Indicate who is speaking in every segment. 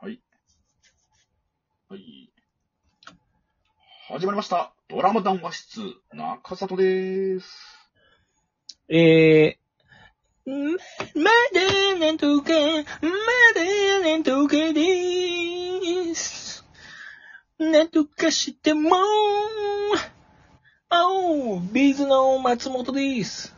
Speaker 1: はい。はい。始まりました。ドラマ談話室、中里です。
Speaker 2: えー、んまだなんとか、まだなんとかでーす。なんとかしてもあおう、ビーズの松本です。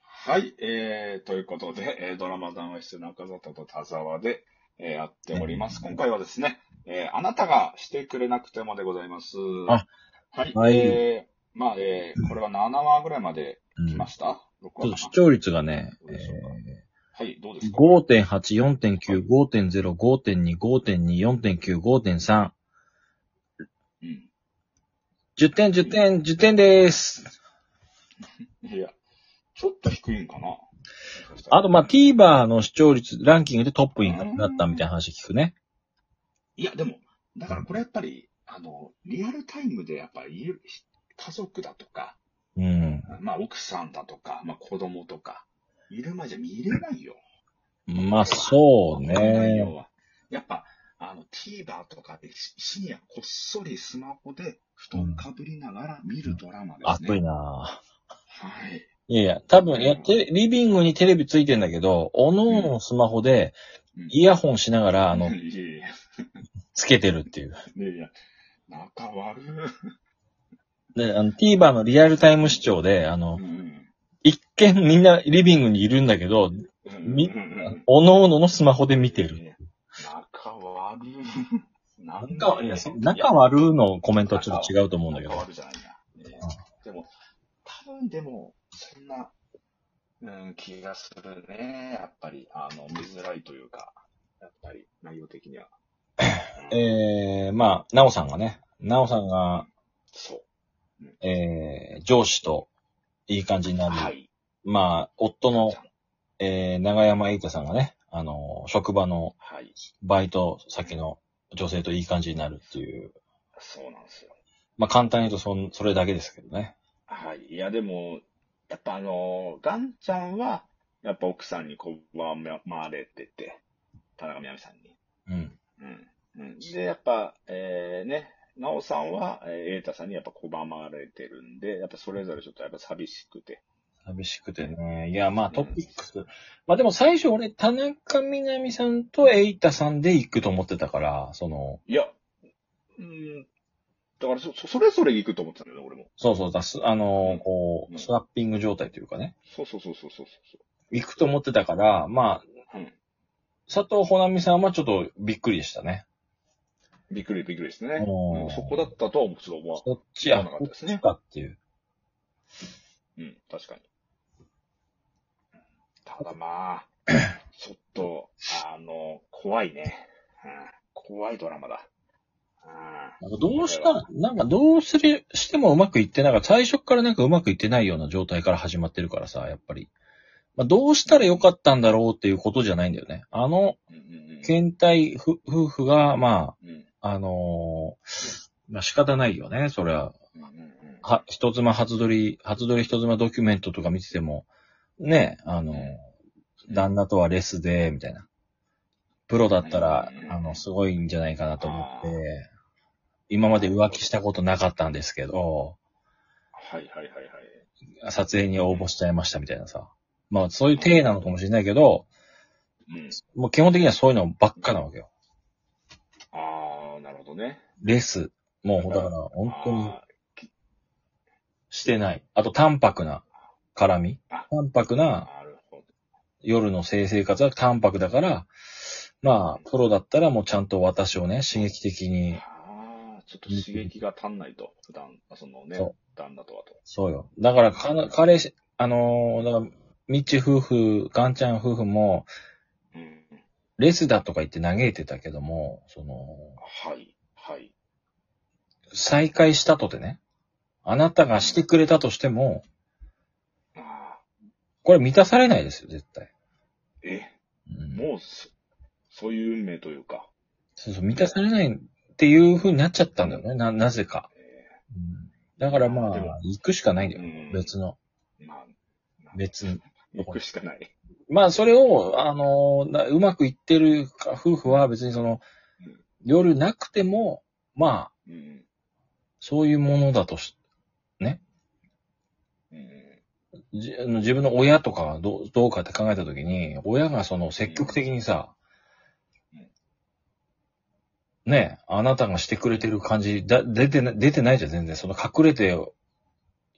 Speaker 1: はい。えー、ということで、えードラマ談話室、中里と田沢で、えーやっております。今回はですね、えーあなたがしてくれなくてもでございます。
Speaker 2: あ
Speaker 1: はい。
Speaker 2: はい
Speaker 1: えー、まあ、えー、これは7話ぐらいまで来ました、?6
Speaker 2: ちょっ
Speaker 1: 話
Speaker 2: と
Speaker 1: か
Speaker 2: 視
Speaker 1: な
Speaker 2: 聴率がね、
Speaker 1: どうでしょうかはい、どうで
Speaker 2: え
Speaker 1: す
Speaker 2: ー
Speaker 1: か
Speaker 2: 5.8、4.9、5.0、5.2、5.2、4.9、5.3。
Speaker 1: うん。
Speaker 2: 10点、10点、10点です。
Speaker 1: いや、ちょっと低いんかな
Speaker 2: あと、まあ、TVer の視聴率、ランキングでトップになったみたいな話聞くね。
Speaker 1: いや、でも、だからこれやっぱり、あの、リアルタイムでやっぱ家、家族だとか、
Speaker 2: うん。
Speaker 1: まあ奥さんだとか、まあ子供とか、いる前じゃ見れないよ。
Speaker 2: まあ、そう
Speaker 1: この内
Speaker 2: ね
Speaker 1: 容。は。やっぱ、あの、TVer とかでし深夜こっそりスマホで布団かぶりながら見るドラマですね。
Speaker 2: 暑いなぁ
Speaker 1: はい。
Speaker 2: いやいや、多分、いや、テレリビングにテレビついてんだけど、おのおのスマホで、
Speaker 1: うん
Speaker 2: イヤホンしながら、あの
Speaker 1: い、やいやいや
Speaker 2: つけてるっていう。
Speaker 1: いやいや、仲悪い。
Speaker 2: で、あの、TVer のリアルタイム視聴で、あの
Speaker 1: う、ん
Speaker 2: 一見みんなリビングにいるんだけど、
Speaker 1: うん
Speaker 2: み
Speaker 1: うん
Speaker 2: おのおののスマホで見てる。
Speaker 1: 仲悪い。なん
Speaker 2: 仲
Speaker 1: だ
Speaker 2: 悪いや、仲悪いのコメントはちょっと違うと思うんだけ
Speaker 1: 仲
Speaker 2: ど。
Speaker 1: 悪いじゃないな。ねでも、多分でも、そんな、うん、気がするね。やっぱり、あの、見づらいというか、やっぱり、内容的には。
Speaker 2: えー、まあ、なおさんがね、なおさんが、
Speaker 1: そ
Speaker 2: えー、上司といい感じに
Speaker 1: う。
Speaker 2: なる。
Speaker 1: はい。
Speaker 2: まあ、夫の、えー、長山瑛太さんがね、あの、職場の
Speaker 1: はい。
Speaker 2: バイト先の女性といい感じになるっていう、
Speaker 1: そうなんですよ。
Speaker 2: まあ簡単に言うとそん、それだけですけどね。
Speaker 1: はい。いや、でも、やっぱあの、ガンちゃんは、やっぱ奥さんに拒まれてて、田中みな実さんに。
Speaker 2: うん。
Speaker 1: うんうんで、やっぱ、えー、ね、なおさんは、えー、瑛太さんにやっぱ拒まれてるんで、やっぱそれぞれちょっとやっぱ寂しくて。
Speaker 2: 寂しくてね。いや、まあトピックス。まあでも最初俺、田中みなみさんと瑛太さんで行くと思ってたから、その、
Speaker 1: いや、うん、だからそ、そそれぞれ行くと思ってたんだよね、俺も。
Speaker 2: そうそうだ、すあのーこ
Speaker 1: うん
Speaker 2: う、スワッピング状態というかね、
Speaker 1: そうそうそうそうそうそ
Speaker 2: 行くと思ってたから、ま
Speaker 1: う。
Speaker 2: あ、
Speaker 1: うん。
Speaker 2: 佐藤穂波さんはちょっとびっくりでしたね。
Speaker 1: びっくりびっくりですね。
Speaker 2: おー
Speaker 1: うんそこだったとはちょっと思わ
Speaker 2: そっち
Speaker 1: そ
Speaker 2: や、
Speaker 1: うなん
Speaker 2: こ
Speaker 1: です
Speaker 2: っ
Speaker 1: ね
Speaker 2: ちかっていう。
Speaker 1: うん、確かに。ただま あ、ちょっと、あの、怖いね。うん、怖いドラマだ。うん
Speaker 2: なんかどうした、なんかどうする、してもうまくいってないから、最初からなんかうまくいってないような状態から始まってるからさ、やっぱり。まあ、どうしたらよかったんだろうっていうことじゃないんだよね。あの、
Speaker 1: うんうんうん
Speaker 2: 検体夫夫婦が、ま
Speaker 1: うん。
Speaker 2: あ、あのーまあ、仕方ないよね、そりゃ。
Speaker 1: うんうんうん
Speaker 2: は、人妻初撮り、初撮り人妻ドキュメントとか見てても、ね、あのー旦那とはレスで、みたいな。プロだったら
Speaker 1: う、ん
Speaker 2: あの、すごいんじゃないかなと思って、今まで浮気したことなかったんですけど、
Speaker 1: はいはいはいはい。
Speaker 2: 撮影に応募しちゃいましたみたいなさ。まあ、そういう体なのかもしれないけど、
Speaker 1: うん。
Speaker 2: もう基本的にはそういうのばっかなわけよ。
Speaker 1: ああ、なるほどね。
Speaker 2: レス。もう、だから、本当に
Speaker 1: あ
Speaker 2: してない。あと、淡白な絡み。淡白
Speaker 1: ー
Speaker 2: な
Speaker 1: なるほど。
Speaker 2: 夜の性生活は淡白だから、まあ、プロだったらもうちゃんと私をね、刺激的に
Speaker 1: ああ、ちょっと刺激が足んないと。普段、そのね
Speaker 2: そ、
Speaker 1: 旦那とはと。
Speaker 2: そうよ。だから、かな、彼氏、あのーだから、みち夫婦、ガンちゃん夫婦も、
Speaker 1: うん。
Speaker 2: レスだとか言って嘆いてたけども、その、
Speaker 1: はい、はい。
Speaker 2: 再会したとてね、あなたがしてくれたとしても、
Speaker 1: ああ、
Speaker 2: これ満たされないですよ、絶対。
Speaker 1: え、
Speaker 2: うん、
Speaker 1: もうそ、そういう運命というか。
Speaker 2: そうそう、満たされないっていう風になっちゃったんだよね、な、なぜか。
Speaker 1: え
Speaker 2: うん、だからま
Speaker 1: で
Speaker 2: あ
Speaker 1: も、
Speaker 2: 行くしかないんだよ。
Speaker 1: うん
Speaker 2: 別の、
Speaker 1: ーまあ、
Speaker 2: 別に。
Speaker 1: 行くしかない。
Speaker 2: まあ、それを、あの、なうまくいってるか夫婦は別にその
Speaker 1: うん、
Speaker 2: 夜なくても、まあ、
Speaker 1: うん。
Speaker 2: そういうものだとし、
Speaker 1: うん。
Speaker 2: じあの自分の親とかはどうどうかって考えたときに、親がその積極的にさ
Speaker 1: うん、
Speaker 2: ねえ、あなたがしてくれてる感じ、だ出てな、出てないじゃん、全然。その隠れて、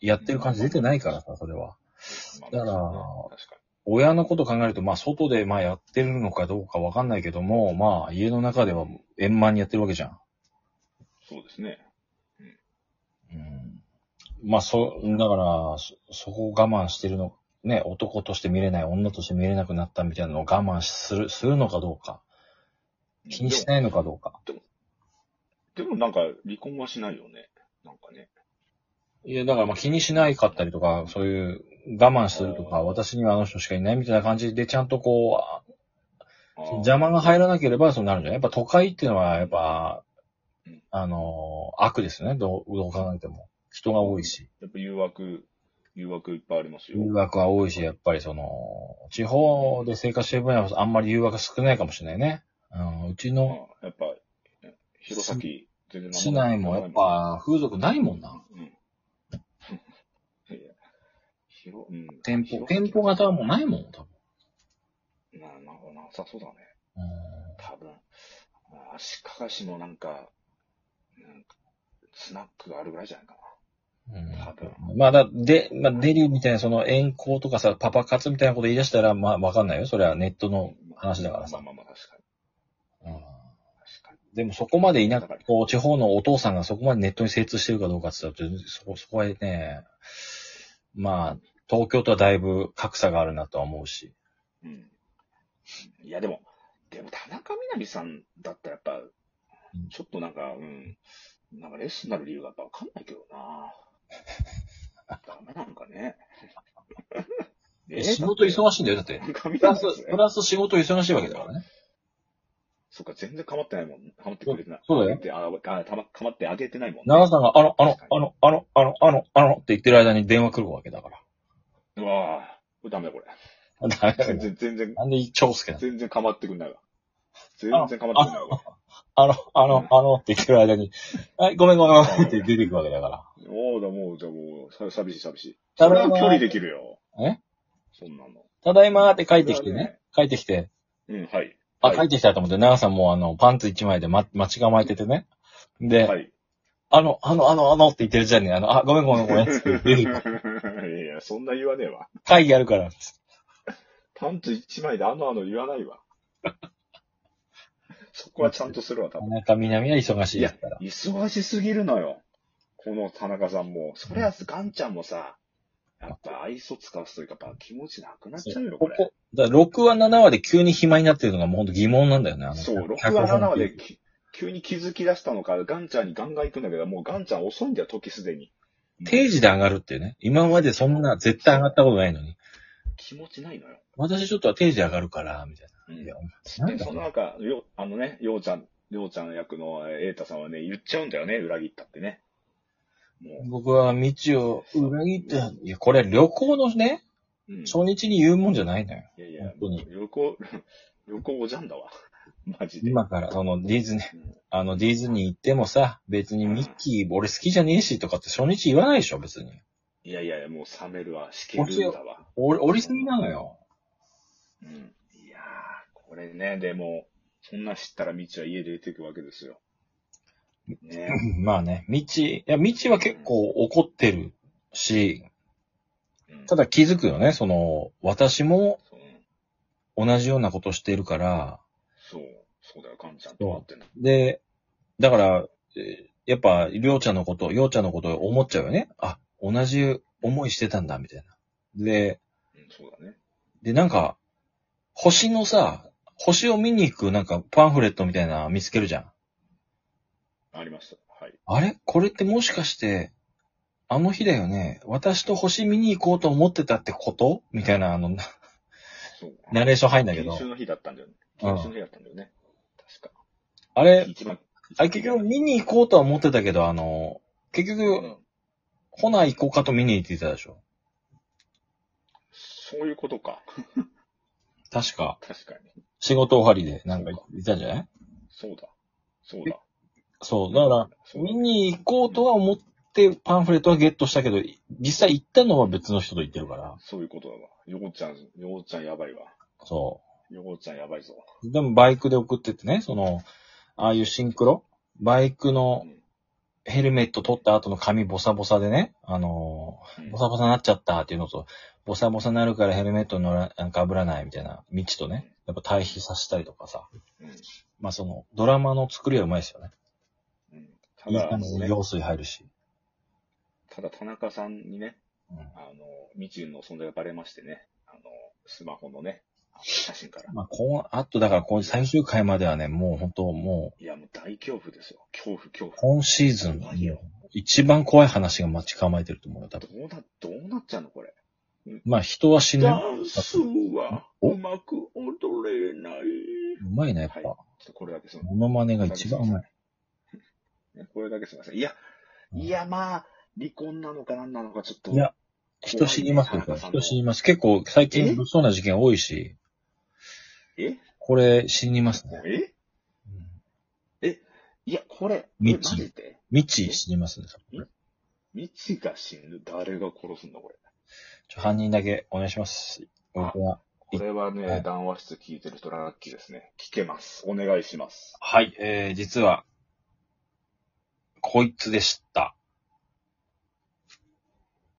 Speaker 2: やってる感じ出てないからさ、それは。
Speaker 1: まあ
Speaker 2: だから
Speaker 1: 確か
Speaker 2: 親のこと考えると、まあ、外で、まあ、やってるのかどうかわかんないけども、まあ、家の中では円満にやってるわけじゃん。
Speaker 1: に。そうですね。
Speaker 2: うん。まあ、そ、だから、そ、そこを我慢してるの、ね、男として見れない、女として見れなくなったみたいなのを我慢する、するのかどうか、気にしないのかどうか。
Speaker 1: でもでもなんか、離婚はしないよね。なんかね。
Speaker 2: いや、だから、まあ、気にしないかったりとか、そういう、我慢すると
Speaker 1: あ
Speaker 2: か、
Speaker 1: ー
Speaker 2: 私にはあの人しかいないみたいな感じで、ちゃんとこう、
Speaker 1: あー
Speaker 2: 邪魔が入らなければそうなるんじゃないやっぱ都会っていうのは、やっぱ
Speaker 1: うん、
Speaker 2: あのー悪ですよね。どう、どう考えても。人が多いし。
Speaker 1: やっぱ誘惑、誘惑いっぱいありますよ。
Speaker 2: 誘惑は多いし、やっぱりその、地方で生活してる分にはあんまり誘惑少ないかもしれないね。うん、うちの
Speaker 1: まあやっぱ、ね弘前、全然
Speaker 2: 市内もやっぱ風俗ないもんな。
Speaker 1: うん。 いや、広、うん。
Speaker 2: 店舗、
Speaker 1: 弘
Speaker 2: 店
Speaker 1: 前
Speaker 2: 舗型はもうないもん、多分。
Speaker 1: な、なんかなさそうだね。
Speaker 2: うん
Speaker 1: 多分。あ足利市もなんか、なんか、スナックがあるぐらいじゃないか多
Speaker 2: うん、まあだ、で、まあ、デリューみたいな、その、遠行とかさ、パパ活みたいなこと言い出したら、まあ、わかんないよ。それはネット
Speaker 1: な。
Speaker 2: の話だからさ。
Speaker 1: まあまあまあ、確かに。
Speaker 2: うん
Speaker 1: 確かに。
Speaker 2: でもそこまでいなくこう、地方のお父さんがそこまでネットに精通してるかどうかって言ったら、そこ、そこはね、まあ、東京とはだいぶ格差があるなとは思うし。
Speaker 1: うんいや、でも、でも田中みな実さんだったらやっぱ
Speaker 2: ん、
Speaker 1: ちょっとなんか、うん、なんかレッスンになる理由がやっぱわかんないけどなダメなんか ね。え
Speaker 2: 仕事忙しいんだよ、だって。
Speaker 1: 田中み
Speaker 2: プ
Speaker 1: な
Speaker 2: ラ
Speaker 1: 実
Speaker 2: ス
Speaker 1: さん、
Speaker 2: プラス仕事忙しいわけだからね。
Speaker 1: そっか、全然構ってないもん。構ってくれてない。
Speaker 2: そうだよ。
Speaker 1: でああたま構ってあげてないもん。
Speaker 2: 長さんが、あの、あの、あの、あの、あの、あの、あのって言ってる間に電話来るわけだから。
Speaker 1: うわぁ、これダメだこれ。
Speaker 2: ダメだ
Speaker 1: 全
Speaker 2: よ
Speaker 1: 然、全然、
Speaker 2: なんで一丁介なの
Speaker 1: 全然構ってくんないわ。全然構ってくんないわ。
Speaker 2: あの、あの、あのって言ってる間に、はい、ごめんごめんごめんって出てくわけだから。
Speaker 1: おうだ、もう、じゃあもう、さ寂しい寂しい。
Speaker 2: た
Speaker 1: それ
Speaker 2: だい
Speaker 1: は距
Speaker 2: ま、
Speaker 1: 離できるよ。
Speaker 2: え
Speaker 1: そんなの。
Speaker 2: ただいまって帰ってきてね。帰ってきて、
Speaker 1: うん、はい。
Speaker 2: あ、
Speaker 1: はい
Speaker 2: 帰ってきたと思って、長さんもうあの、パンツ一枚でま、待ち構えててね。で、
Speaker 1: はい。
Speaker 2: あの、あの、あの、あのって言ってるじゃんね。あの、あ、ごめんごめんごめんっつって出てくる。
Speaker 1: いや、そんな言わねえわ。
Speaker 2: 会議あるからっつって。
Speaker 1: パンツ一枚であのあの言わないわ。 そこはちゃんとするわ、多
Speaker 2: 田
Speaker 1: 分。
Speaker 2: 中みなみは忙しいですから。
Speaker 1: 忙しすぎるのよ。この田中さんも。そりゃ、ガンちゃんもさ、やっぱ愛想使わすというか、やっぱ気持ちなくなっちゃうよ、こ
Speaker 2: こ
Speaker 1: れ。
Speaker 2: こ、だから6話7話で急に暇になってるのがもうほんと疑問なんだよね。あの
Speaker 1: そう、6
Speaker 2: 脚本
Speaker 1: 話7話でき急に気づき出したのか、ガンちゃんにガンガン行くんだけど、もうガンちゃん遅いんだよ、時すでに。
Speaker 2: 定時で上がるっていうね。今までそんな絶対上がったことないのに。
Speaker 1: 気持ちないのよ。
Speaker 2: 私ちょっとは定時上がるから、みたい
Speaker 1: うん
Speaker 2: な。いや、なん
Speaker 1: で、
Speaker 2: だ
Speaker 1: その中、よう、あのね、ようちゃん、ようちゃん役のえー瑛太さんはね、言っちゃうんだよね、裏切ったってね。も
Speaker 2: 僕は道を裏切った。いや、これ旅行のね、
Speaker 1: う、うん。い
Speaker 2: 初日に言うもんじゃないのよ。
Speaker 1: やいや
Speaker 2: 本当に、
Speaker 1: 旅行、 旅行おじゃんだわ。 マジで。
Speaker 2: 今から、そのディズニー
Speaker 1: うん、
Speaker 2: あのディズニー行ってもさ、別にミッキー、俺好きじゃねえしとかって初日言わないでしょ、別に。
Speaker 1: いやいやいや、もう冷めるわ、しけるんだわ。
Speaker 2: 俺、折りすぎなのよ。
Speaker 1: うん。いやー、これね、でも、そんな知ったらみちは家出ていくわけですよ。ね。
Speaker 2: まあね、道、いや、道は結構怒ってるし、
Speaker 1: うん
Speaker 2: た、だ気づくよね、その、私も
Speaker 1: そう、
Speaker 2: 同じようなことしてるから、
Speaker 1: そう、そうだよ、かんちゃんと思ってな。
Speaker 2: で、だから、えやっぱ、りょうちゃんのこと、ようちゃんのことを思っちゃうよね。あ、同じ思いしてたんだ、みたいな。で、
Speaker 1: うん、そうだね。
Speaker 2: で、なんか、星のさ、星を見に行くなんかパンフレットみたいなの見つけるじゃん。
Speaker 1: ありました。はい。
Speaker 2: あれこれってもしかして、あの日だよね。私と星見に行こうと思ってたってことみたいな、あの、な
Speaker 1: そう。
Speaker 2: ナレーション入んだけ
Speaker 1: 研
Speaker 2: ど
Speaker 1: 修。の日だったんだよね。
Speaker 2: うん
Speaker 1: 研修の日だったんだよね。確か。
Speaker 2: あれ、
Speaker 1: 一番。
Speaker 2: あ結局見に行こうとは思ってたけど、あの、結
Speaker 1: う
Speaker 2: 局、
Speaker 1: ん
Speaker 2: ほな行こうかと見に行ってたでしょ。
Speaker 1: そういうことか。
Speaker 2: 確か、
Speaker 1: 確かに。
Speaker 2: 仕事終わりでなんか言ってたんじゃない
Speaker 1: そうだ。そうだ。
Speaker 2: そう。だから、
Speaker 1: そうだ
Speaker 2: 見に行こうとは思ってパンフレットはゲットしたけど、実際行ったのは別の人と行ってるから。
Speaker 1: そういうことだわ。ヨゴちゃん、ヨゴちゃんやばいわ。
Speaker 2: そ
Speaker 1: ヨゴちゃんやばいぞ。
Speaker 2: う。でもバイクで送ってってね、その、ああいうシンクロバイクの
Speaker 1: うん
Speaker 2: ヘルメット取った後の髪ボサボサでね、あのー
Speaker 1: うん
Speaker 2: ボサボサになっちゃったっていうのと、ボサボサになるからヘルメット乗ら、なんかぶらないみたいな道とね、やっぱ対比させたりとかさ。
Speaker 1: うん
Speaker 2: まあその、ドラマの作りはうまいですよね。
Speaker 1: うんた
Speaker 2: いい
Speaker 1: だ、
Speaker 2: 感じで
Speaker 1: ね、
Speaker 2: 用水入るし。
Speaker 1: ただ田中さんにね、
Speaker 2: うん
Speaker 1: あの、未知の存在がバレましてね、あの、スマホのね、写真から。
Speaker 2: まあ、こう、あとだから、こう、最終回まではね、もう本当もう、
Speaker 1: いや、もう大恐怖ですよ。恐怖、恐怖。
Speaker 2: 今シーズン、
Speaker 1: 何よ。
Speaker 2: 一番怖い話が待ち構えてると思うよ、多
Speaker 1: ど
Speaker 2: 分。
Speaker 1: うな、どうなっちゃうのこれ。
Speaker 2: まあ、人は死ぬ。
Speaker 1: ダ
Speaker 2: う
Speaker 1: ンスは
Speaker 2: お
Speaker 1: うまく踊れない。
Speaker 2: まいな、やっ
Speaker 1: は
Speaker 2: ぱ。
Speaker 1: いちょっとこれだけすみま
Speaker 2: モノマネが一番うまい。
Speaker 1: せんね。これだけすみません。いや、いや、まあ、離婚なのか何なのかちょっと。
Speaker 2: いや、人死にますよ、これ人死にます。結構、最近、物騒な事件多いし、
Speaker 1: え
Speaker 2: これ、死にますね。
Speaker 1: え
Speaker 2: うん
Speaker 1: いや、これ、え
Speaker 2: 未
Speaker 1: マ
Speaker 2: 知
Speaker 1: ジで
Speaker 2: 未知死にますね、多分
Speaker 1: 未知が死ぬ誰が殺すんだ、これ。
Speaker 2: ちょ犯人だけお願いします。僕は。
Speaker 1: これは
Speaker 2: はい
Speaker 1: ね、談話室聞いてる人ラッキーですね。聞けます。お願いします。
Speaker 2: はい、えー、実は、こいつでした。